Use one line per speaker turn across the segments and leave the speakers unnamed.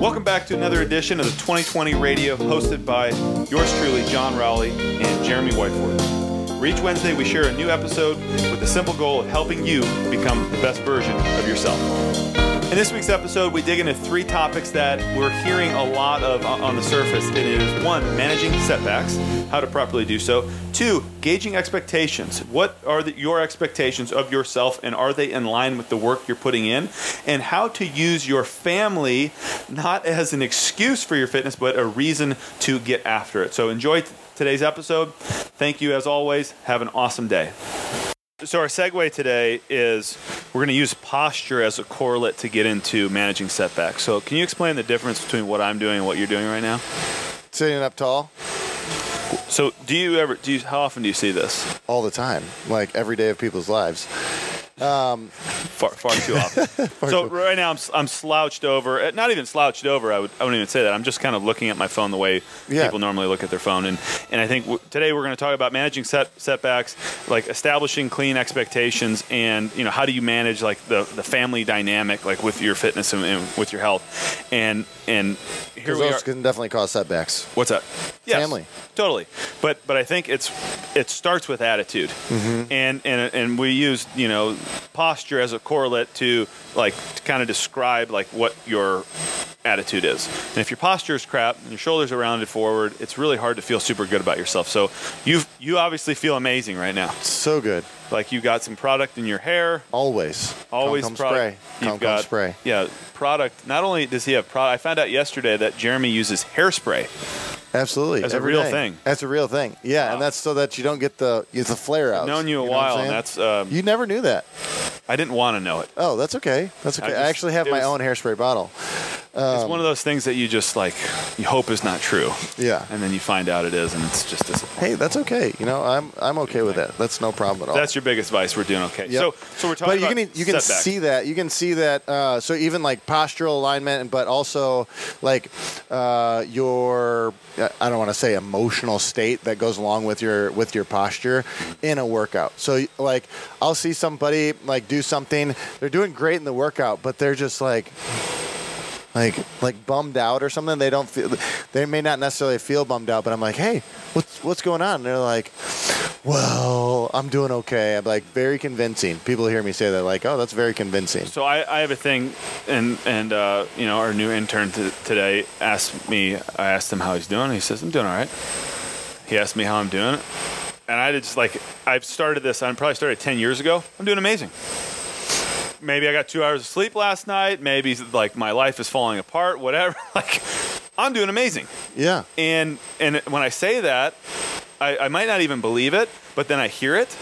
Welcome back to another edition of the 2020 Radio, hosted by yours truly, John Rowley and Jeremy Whiteford. Where each Wednesday, we share a new episode with the simple goal of helping you become the best version of yourself. In this week's episode, we dig into three topics that we're hearing a lot of on on the surface. It is one, managing setbacks, how to properly do so. Two, gauging expectations. What are the, your expectations of yourself, and are they in line with the work you're putting in? And how to use your family not as an excuse for your fitness, but a reason to get after it. So enjoy t- today's episode. Thank you, as always. Have an awesome day. So our segue today is we're going to use posture as a correlate to get into managing setbacks. So can you explain the difference between what I'm doing and what you're doing right now?
Sitting up tall
So do you ever do you how often do you see this?
all the time, like every day of people's lives.
Far far too often. so right now I'm s- I'm slouched over, eh, not even slouched over. I would I wouldn't even say that. I'm just kind of looking at my phone the way
Yeah.
people normally look at their phone and and I think w- today we're going to talk about managing set, setbacks, like establishing clean expectations and, you know, how do you manage like the the family dynamic like with your fitness and, and with your health. And and here
Because
we are
those can definitely cause setbacks.
What's up?
Family.
Totally. But but I think it's it starts with attitude,
Mm-hmm.
and and and we use you know posture as a correlate to like to kind of describe like what your attitude is. And if your posture is crap and your shoulders are rounded forward, it's really hard to feel super good about yourself. So you you obviously feel amazing right now.
So good.
Like you got some product in your hair.
Always.
Always
come, come
product.
spray.
You've
Come, come
got-
spray.
Yeah, product. Not only does he have product, I found out yesterday that Jeremy uses hairspray.
Absolutely.
That's a
every
real
day.
thing.
That's a real thing. Yeah, and that's so that you don't get the it's a flare out.
Known you a while, and that's um,
you never knew that.
I didn't want to know it.
Oh, that's okay. That's okay. I,
just-
actually have
it
my
was-
own hairspray bottle.
it's one of those things that you just like you hope is not true,
Yeah.
and then you find out it is, and it's just disappointing.
Hey, that's okay. You know, I'm I'm okay with that. That's no problem at all.
That's your biggest vice. We're doing okay.
Yep.
So, so we're talking
but you
about
can e, you can
setbacks.
see that you can see that uh, so even like postural alignment and but also like uh, your I don't want to say emotional state that goes along with your with your posture in a workout so like I'll see somebody like do something they're doing great in the workout but they're just like like like bummed out or something they don't feel they may not necessarily feel bummed out but I'm like hey what's what's going on and they're like well, I'm doing okay. I'm like very convincing. People hear me say that, like, oh, that's very convincing.
So I, I have a thing, and and uh, you know our new intern t- today asked me. I asked him how he's doing. He says I'm doing all right. He asked me how I'm doing, and I just like I've started this. I probably started ten years ago. I'm doing amazing. Maybe I got two hours of sleep last night. Maybe like my life is falling apart. Whatever. Like I'm doing amazing.
Yeah,
And and when I say that, I, I might not even believe it, but then I hear it,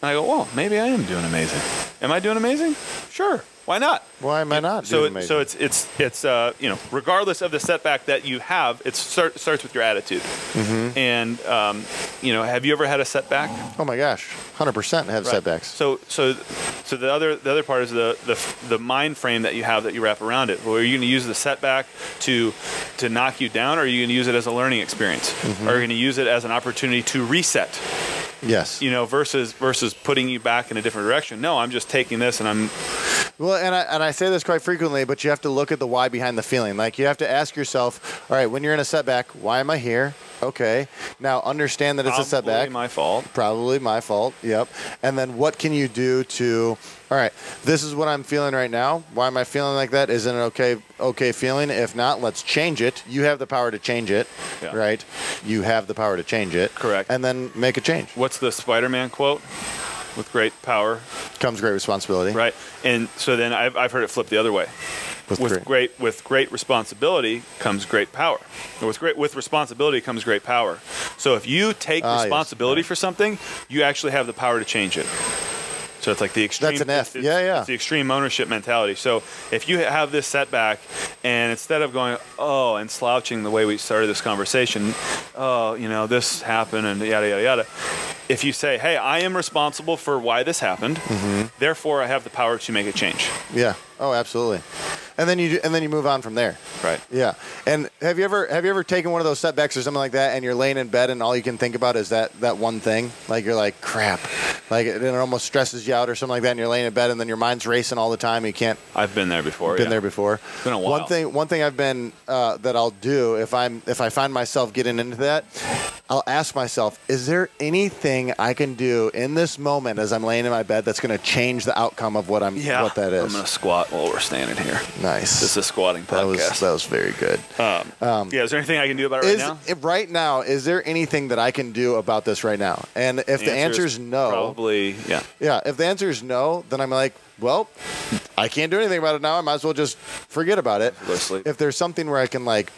and I go, "Well, maybe I am doing amazing. Am I doing amazing? Sure. Why not?"
why am I not
So
doing
it, so it's it's it's uh, you know regardless of the setback that you have, it start, starts with your attitude. And um, you know, have you ever had a setback?
oh my gosh, hundred percent have
Right.
setbacks.
So so so the other the other part is the the, the mind frame that you have that you wrap around it. Well, are you going to use the setback to to knock you down, or are you going to use it as a learning experience?
Mm-hmm.
Are you going to use it as an opportunity to reset?
Yes.
You know, versus versus putting you back in a different direction. No, I'm just taking this and I'm
Well, and I, and I say this quite frequently, but you have to look at the why behind the feeling. Like you have to ask yourself, all right, when you're in a setback, why am I here? Okay, now understand that it's a
probably
setback.
My fault.
probably my fault. Yep. And then what can you do to all right, this is what I'm feeling right now. Why am I feeling like that? Is it an okay okay feeling? If not, let's change it. You have the power to change it.
Yeah.
Right? You have the power to change it.
Correct.
And then make a change.
What's the Spider-Man quote? With great power,
Comes great responsibility.
right? And so then I've, I've heard it flip the other way.
With,
with
great.
great. with great responsibility comes great power. Or With great with responsibility comes great power. So if you take
Ah, yes.
responsibility for something, you actually have the power to change it. So it's like the extreme.
That's an
it's-
F.
it's-
Yeah, yeah.
It's the extreme ownership mentality. So if you have this setback, and instead of going oh and slouching the way we started this conversation, oh you know this happened and yada yada yada. If you say, "Hey, I am responsible
Mm-hmm.
for why this happened," therefore I have the power to make a change.
Yeah. Oh, absolutely. and then you and then you move on from there.
Right.
Yeah. And have you ever have you ever taken one of those setbacks or something like that, and you're laying in bed and all you can think about is that that one thing? Like you're like crap, like it, it almost stresses you out or something like that, and you're laying in bed and then your mind's racing all the time. you can't
I've been there before.
been
Oh, yeah.
there before.
been a
One
while.
thing, one thing I've been uh, that I'll do if I'm if I find myself getting into that, I'll ask myself, is there anything I can do in this moment as I'm laying in my bed that's going to change the outcome of what I'm
Yeah.
what that
I'm
is?
gonna squat while we're standing here.
nice.
This is a squatting
that was
podcast. Um,
that was very good.
yeah. Is there anything I can do about it right
is
now?
if- right now is there anything that I can do about this right now? And if the answer is no,
Probably. Yeah.
yeah, if the answer is no, then I'm like, well, I can't do anything about it now. I might as well just forget about it.
Go to sleep.
If there's something where I can like,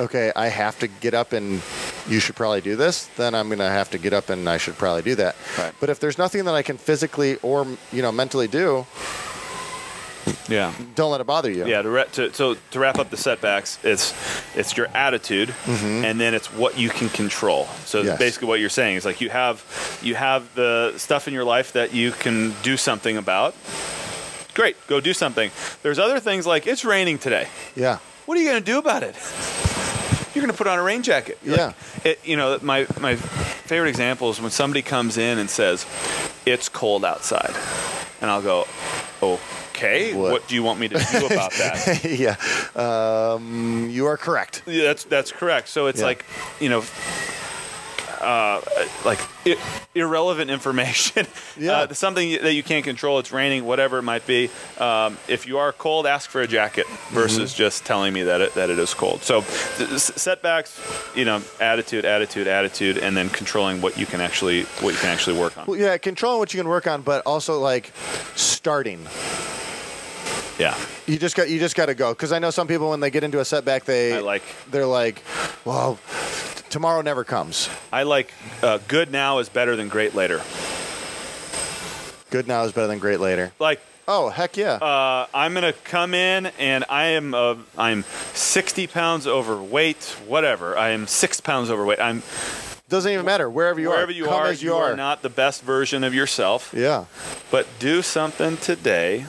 okay, I have to get up and you should probably do this, then I'm gonna have to get up and I should probably do that.
Right.
But if there's nothing that I can physically or you know mentally do,
Yeah.
don't let it bother you.
Yeah, to, ra- to so to wrap up the setbacks, it's it's your attitude, and then it's what you can control. So
Mm-hmm. Yes.
basically, what you're saying is like you have you have the stuff in your life that you can do something about. Great, go do something. There's other things like it's raining today.
Yeah.
What are you going to do about it? You're going to put on a rain jacket. You're
Yeah.
like- it, you know, my my favorite example is when somebody comes in and says, "It's cold outside," and I'll go, "Okay,
What?
what do you want me to do about that?"
yeah. Um, you are correct.
Yeah, that's that's correct. So it's
Yeah.
like you know, uh, like I- irrelevant information.
Yeah.
uh, something that you can't control. It's raining, whatever it might be. Um, if you are cold, ask for a jacket versus
Mm-hmm.
just telling me that it, that it is cold. So th- s- setbacks, you know, attitude, attitude, attitude, and then controlling what you can actually what you can actually work on.
Well, yeah, controlling what you can work on, but also like starting.
Yeah,
You just got you just got to go because I know some people when they get into a setback they
I like
they're like, well, t- tomorrow never comes.
I like uh, good now is better than great later.
Good now is better than great later.
Like
Oh heck yeah!
uh, I'm gonna come in and I am uh, I'm 60 pounds overweight. Whatever, I am six pounds overweight. I'm
Doesn't even matter wherever you
wherever
are.
you
come
are,
as you,
you
are.
not the best version of yourself.
yeah,
But do something today.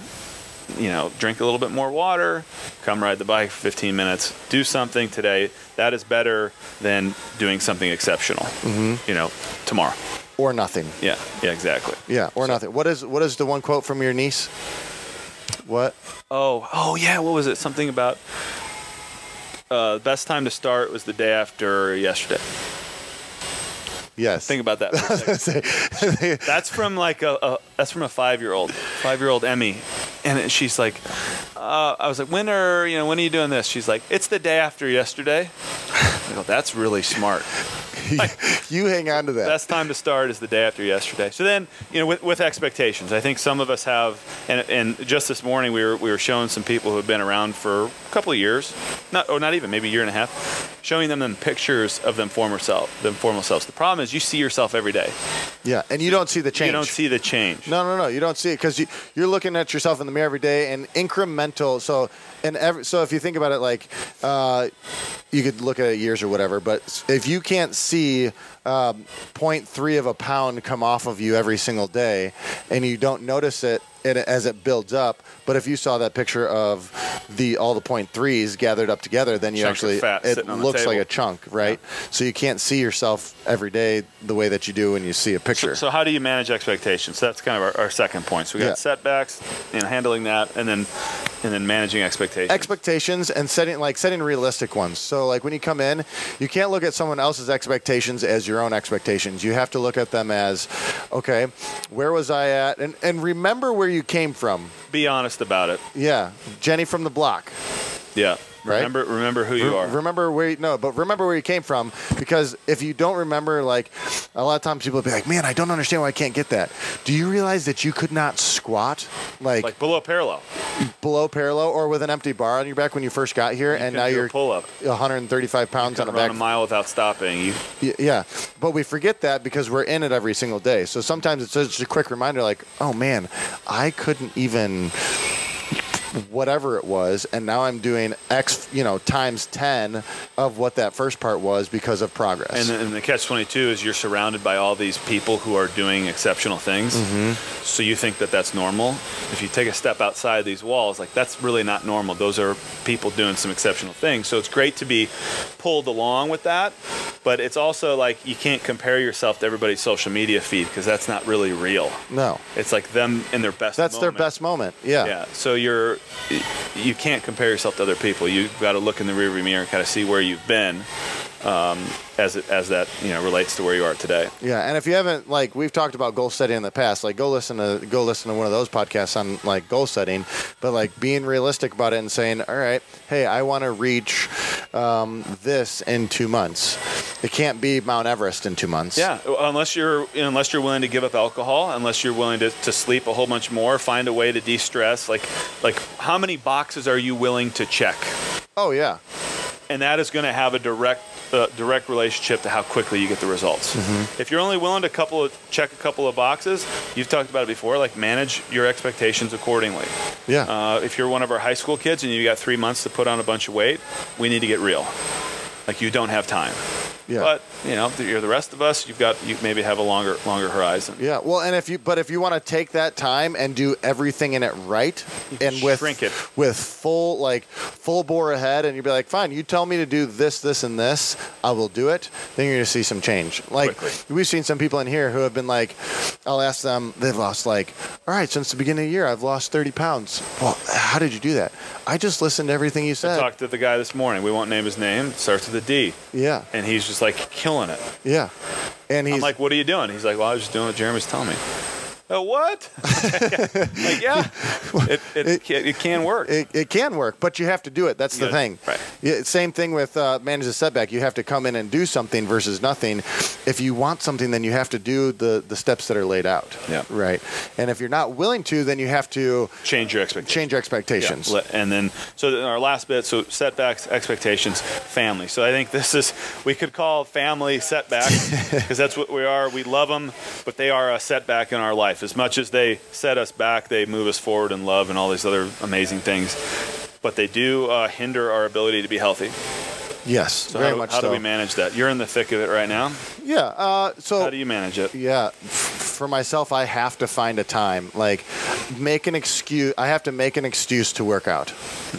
You know, drink a little bit more water. Come ride the bike for 15 minutes. Do something today. That is better than doing something exceptional.
Mm-hmm.
You know, tomorrow.
or nothing.
Yeah, yeah, exactly.
Yeah, or nothing. What is what is the one quote from your niece? What?
Oh, oh yeah. What was it? Something about uh, best time to start was the day after yesterday.
Yes.
Think about that. For a second.
Say-
that's from like a, a that's from a five year old, five year old Emmy, and it- she's like, uh, I was like, when are you know when are you doing this? She's like, it's the day after yesterday. I go, that's really smart.
you hang on to that.
Best time to start is the day after yesterday. So then, you know, with, with expectations, I think some of us have, and, and just this morning we were we were showing some people who have been around for a couple of years, not or not even maybe a year and a half, showing them them pictures of them former self, them former selves. The problem is you see yourself every day.
yeah, and you don't see the change.
You don't see the change.
No, no, no. You don't see it because you, you're looking at yourself in the mirror every day and incremental. So, and every, so if you think about it, like uh, you could look at it years or whatever, but if you can't see um, 0.3 of a pound come off of you every single day, and you don't notice it. And as it builds up, but if you saw that picture of the all the point threes gathered up together, then you
Chunks of
actually
fat
it
sitting on the
looks like
table.
a chunk, right? So you can't see yourself every day the way that you do when you see a picture.
So how do you manage expectations? That's kind of our, our second point. So we got
Yeah.
setbacks and handling that, and then and then managing expectations.
expectations and setting like setting realistic ones. So like when you come in, you can't look at someone else's expectations as your own expectations. You have to look at them as, okay, where was I at? And and remember where you came from.
Be honest about it.
Yeah, Jenny from the block.
Yeah.
Right.
Remember remember who you
Re-
are.
Remember where you, no, but remember where you came from because if you don't remember, like a lot of times people will be like, man, I don't understand why I can't get that. Do you realize that you could not squat like
like below parallel.
below parallel or with an empty bar on your back when you first got here,
couldn't
and now
do a
you're
pull-up.
135 pounds on a
Run
back.
a mile without stopping. You
Y- yeah, but we forget that because we're in it every single day. So sometimes it's just a quick reminder, like, oh man, I couldn't even whatever it was, and now I'm doing X, you know, times 10 of what that first part was because of progress.
And, the- and the catch 22 is you're surrounded by all these people who are doing exceptional things.
Mm-hmm.
So you think that that's normal. If you take a step outside these walls, like that's really not normal. Those are people doing some exceptional things. So it's great to be pulled along with that. But it's also like you can't compare yourself to everybody's social media feed because that's not really real.
no,
It's like them in their best
that's their
moment.
best moment. Yeah.
Yeah. So you're you can't compare yourself to other people. You've got to look in the rearview mirror and kind of see where you've been, um, as it, as that you know relates to where you are today.
Yeah, and if you haven't like we've talked about goal setting in the past, like go listen to go listen to one of those podcasts on like goal setting, but like being realistic about it and saying, all right, hey, I want to reach um, this in two months. It can't be Mount Everest in two months.
Yeah. Unless you're unless you're willing to give up alcohol, unless you're willing to, to sleep a whole bunch more, find a way to de-stress. Like like how many boxes are you willing to check?
Oh yeah.
and that is going to have a direct uh, direct relationship to how quickly you get the results. If you're only willing to couple of, check a couple of boxes, you've talked about it before. Like manage your expectations accordingly.
Yeah.
Uh, if you're one of our high school kids and you got three months to put on a bunch of weight, we need to get real. Like you don't have time.
yeah.
But you know, you're the rest of us. You've got you maybe have a longer longer horizon.
yeah. Well, and if you but if you want to take that time and do everything in it right
can
and with
shrink it.
with full like full bore ahead and you'd be like, "Fine, you tell me to do this, this and this, I will do it." Then you're going to see some change. Like
Quickly.
we've seen some people in here who have been like, I'll ask them, they've lost like, all right, since the beginning of the year, I've lost 30 pounds. Well, how did you do that? I just listened to everything you
I
said.
talked to the guy this morning. We won't name his name. It starts with a D,
Yeah,
and he's just like killing it.
yeah. And he's
I'm like, what are you doing? He's like, well, I was just doing what Jeremy's telling me. Oh, what? like, yeah, it, it, can, it can work.
it, it can work, but you have to do it. That's the
Yeah,
thing.
right.
Yeah, same thing with uh, manage the setback. You have to come in and do something versus nothing. If you want something, then you have to do the, the steps that are laid out.
Yeah.
Right. And if you're not willing to, then you have to
Change your expectations.
change your expectations.
Yeah. And then, so then our last bit, so setbacks, expectations, family. So I think this is, we could call family setbacks because that's what we are. We love them, but they are a setback in our life. As much as they set us back, they move us forward in love and all these other amazing things. But they do uh, hinder our ability to be healthy.
Yes.
So
very
how, do-
much
how
so.
do we manage that? You're in the thick of it right now.
yeah. Uh, so
How do you manage it?
Yeah, f- for myself, I have to find a time. Like, make an excuse. I have to make an excuse to work out,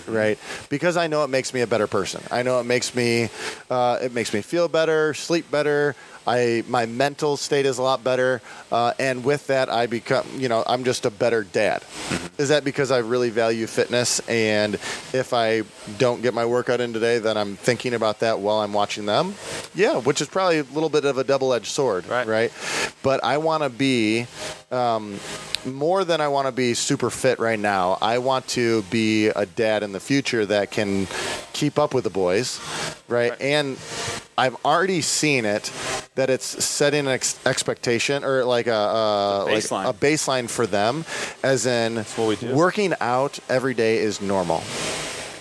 right? Because I know it makes me a better person. I know it makes me, uh, it makes me feel better, sleep better. I my mental state is a lot better, uh, and with that, I become. You know, I'm just a better dad. Is that because I really value fitness? And if I don't get my workout in today, then I'm thinking about that while I'm watching them. Yeah, which is probably a little bit of a double-edged sword,
Right.
right? But I want to be um, more than I want to be super fit right now. I want to be a dad in the future that can keep up with the boys, right?
Right.
And I've already seen it that it's setting an ex- expectation or like a, a, like
baseline.
a baseline for them, as in
what we do.
working out every day is normal.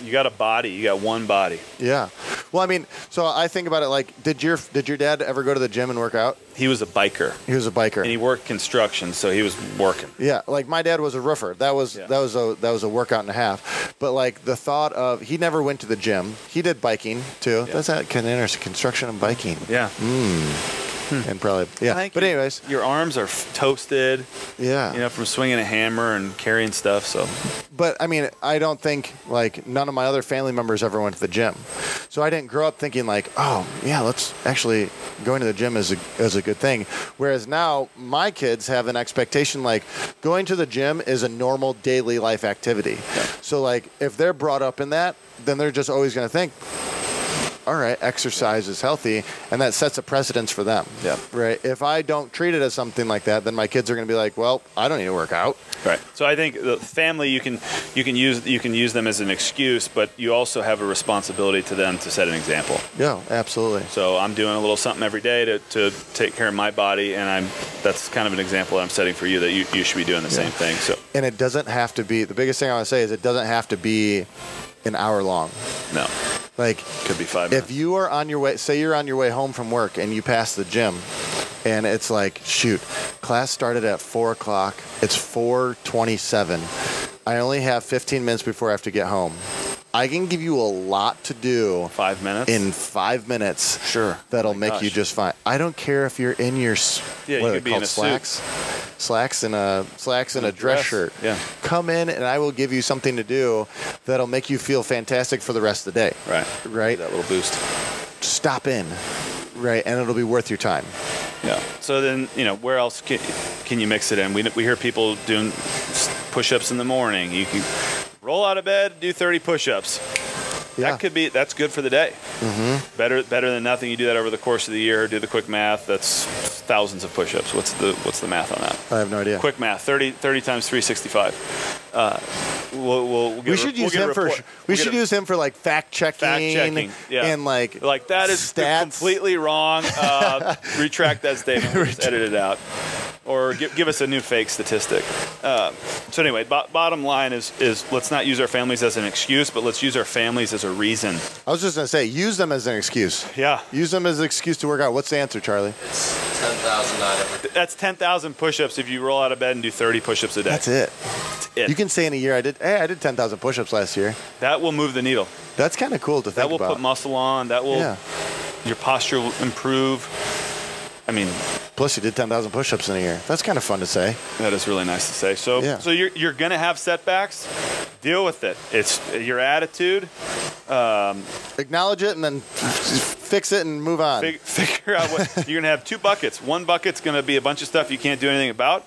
You got a body. You got one body.
Yeah. Well, I mean, so I think about it like, did your did your dad ever go to the gym and work out?
He was a biker,
He was a biker.
and he worked construction, so he was working.
Yeah, like my dad was a roofer. That was
Yeah.
that was a that was a workout and a half. But like the thought of he never went to the gym. He did biking too.
Yeah.
That's that can interesting construction and biking
Yeah.
Mm-hmm.
Hmm.
and probably yeah. but anyways,
your arms are f- toasted,
yeah.
you know, from swinging a hammer and carrying stuff. So
but I mean, I don't think like none of my other family members ever went to the gym, so I didn't grow up thinking like, oh yeah, let's actually going to the gym is a is a good thing. Whereas now my kids have an expectation like going to the gym is a normal daily life activity. So like if they're brought up in that, then they're just always going to think. All right, exercise is healthy, and that sets a precedence for them.
Yeah.
Right. If I don't treat it as something like that, then my kids are going to be like, "Well, I don't need to work out."
right. So I think the family you can you can use you can use them as an excuse, but you also have a responsibility to them to set an example.
Yeah, absolutely.
So I'm doing a little something every day to, to take care of my body, and I'm that's kind of an example that I'm setting for you that you, you should be doing the same thing. So
and it doesn't have to be the biggest thing i want to say is it doesn't have to be an hour long
no,
like
could be five. minutes.
if you are on your way say you're on your way home from work and you pass the gym and it's like shoot class started at 4 o'clock it's 4.27 I only have 15 minutes before I have to get home. I can give you a lot to do
Five minutes.
in five minutes.
Sure.
That'll
My
make you
gosh.
just fine. I don't care if you're in your s-
Yeah,
what
you
are
could
they
be in
called?
a suit.
slacks, slacks and a slacks and a dress,
dress,
shirt.
yeah.
Come in and I will give you something to do that'll make you feel fantastic for the rest of the day.
right.
Right.
That little boost.
Stop in. Right, and it'll be worth your time.
Yeah. So then, you know, where else can, can you mix it in? We, we hear people doing s- push-ups in the morning. You can roll out of bed, do 30 push-ups.
Yeah.
That could be that's good for the day. Mm-hmm. Better better than nothing. You do that over the course of the year. Do the quick math. That's thousands of push-ups. What's the what's the math on that?
I have no idea.
Quick math. 30, 30 times 365. Uh, we'll, we'll, we'll get
we
a-
should
we'll
use
get a
him for.
report.
We
We'll get
should
a-
use him for like fact checking,
fact checking. Yeah.
and like
like that is
stats.
completely wrong. Uh, retract that statement. We'll Just edit it out, or give, give us a new fake statistic. Uh, so anyway, bo- bottom line is is let's not use our families as an excuse, but let's use our families as a reason.
I was just gonna say, use them as an excuse.
Yeah,
Use them as an excuse to work out. What's the answer, Charlie?
It's 10,000 not every
that's ten thousand push-ups if you roll out of bed and do thirty push-ups a day.
That's it.
it.
You can say in a year, I did. Hey, I did ten thousand push-ups last year.
that will move the needle.
That's kind of cool to think
That will
about.
put muscle on. That will
yeah.
your posture will improve. I mean,
Plus, you did ten thousand push-ups in a year. That's kind of fun to say.
That is really nice to say. So,
Yeah.
so you're, you're going to have setbacks. Deal with it. It's your attitude.
Acknowledge it and then fix it and move on.
Fig- figure out what you're going to have. Two buckets. One bucket's going to be a bunch of stuff you can't do anything about.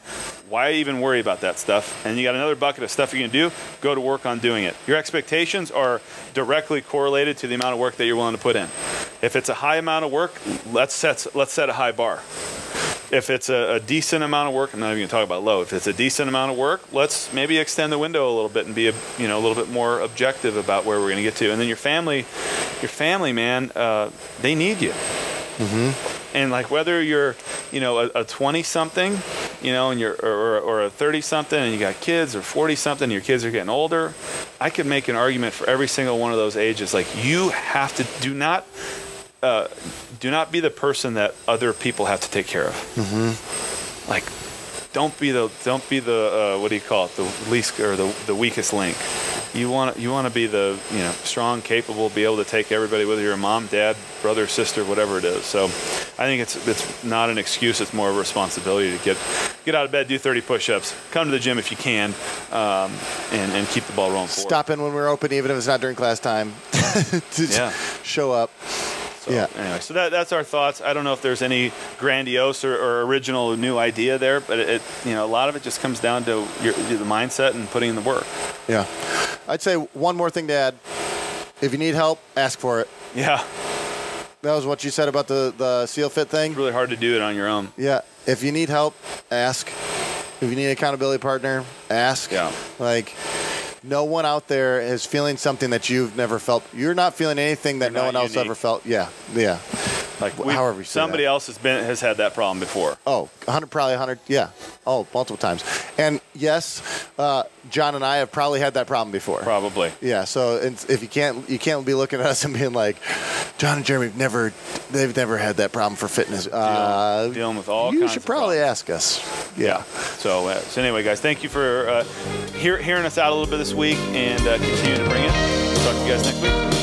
Why even worry about that stuff? And you got another bucket of stuff you can do. Go to work on doing it. Your expectations are directly correlated to the amount of work that you're willing to put in. If it's a high amount of work, let's set let's set a high bar. if it's a, a decent amount of work, I'm not even going to talk about low. If it's a decent amount of work, let's maybe extend the window a little bit and be a, you know a little bit more objective about where we're going to get to. And then your family, your family, man, uh, they need you. Mm-hmm. And like whether you're you know a 20 something, you know, and you're or, or- or a 30 something, and you got kids, or 40 something, and your kids are getting older, I could make an argument for every single one of those ages. Like you have to do not. Uh, do not be the person that other people have to take care of like don't be the don't be the uh, what do you call it the least or the, the weakest link you want you want to be the you know strong capable be able to take everybody whether you're a mom dad brother sister whatever it is so i think it's it's not an excuse it's more of a responsibility to get get out of bed do 30 push-ups come to the gym if you can um, and and keep the ball rolling forward.
Stop in when we're open, even if it's not during class time. To
Yeah.
Show up.
So,
Yeah.
Anyway, so that, that's our thoughts. I don't know if there's any grandiose or, or original new idea there, but it, it you know a lot of it just comes down to your, the mindset and putting in the work.
Yeah. I'd say one more thing to add. If you need help, ask for it.
Yeah,
That was what you said about the, the seal fit thing.
it's really hard to do it on your own.
Yeah. If you need help, ask. If you need an accountability partner, ask.
Yeah.
Like, no one out there is feeling something that you've never felt. You're not feeling anything that
You're
no
not
one else
unique.
ever felt. Yeah. Yeah.
Like
Wh-
we-
however you say
somebody
that.
else has been has had that problem before.
Oh, 100, probably 100. Yeah. Oh, multiple times. And yes, uh, John and I have probably had that problem before.
Probably.
Yeah, so it's, if you can't you can't be looking at us and being like, John and Jeremy have never they've never had that problem for fitness. Uh,
Dealing- dealing with all
You
kinds
should
of
probably
problems.
ask us. Yeah.
So uh, so anyway, guys, thank you for uh, hear, hearing us out a little bit this week and uh, continue to bring it. We'll talk to you guys next week.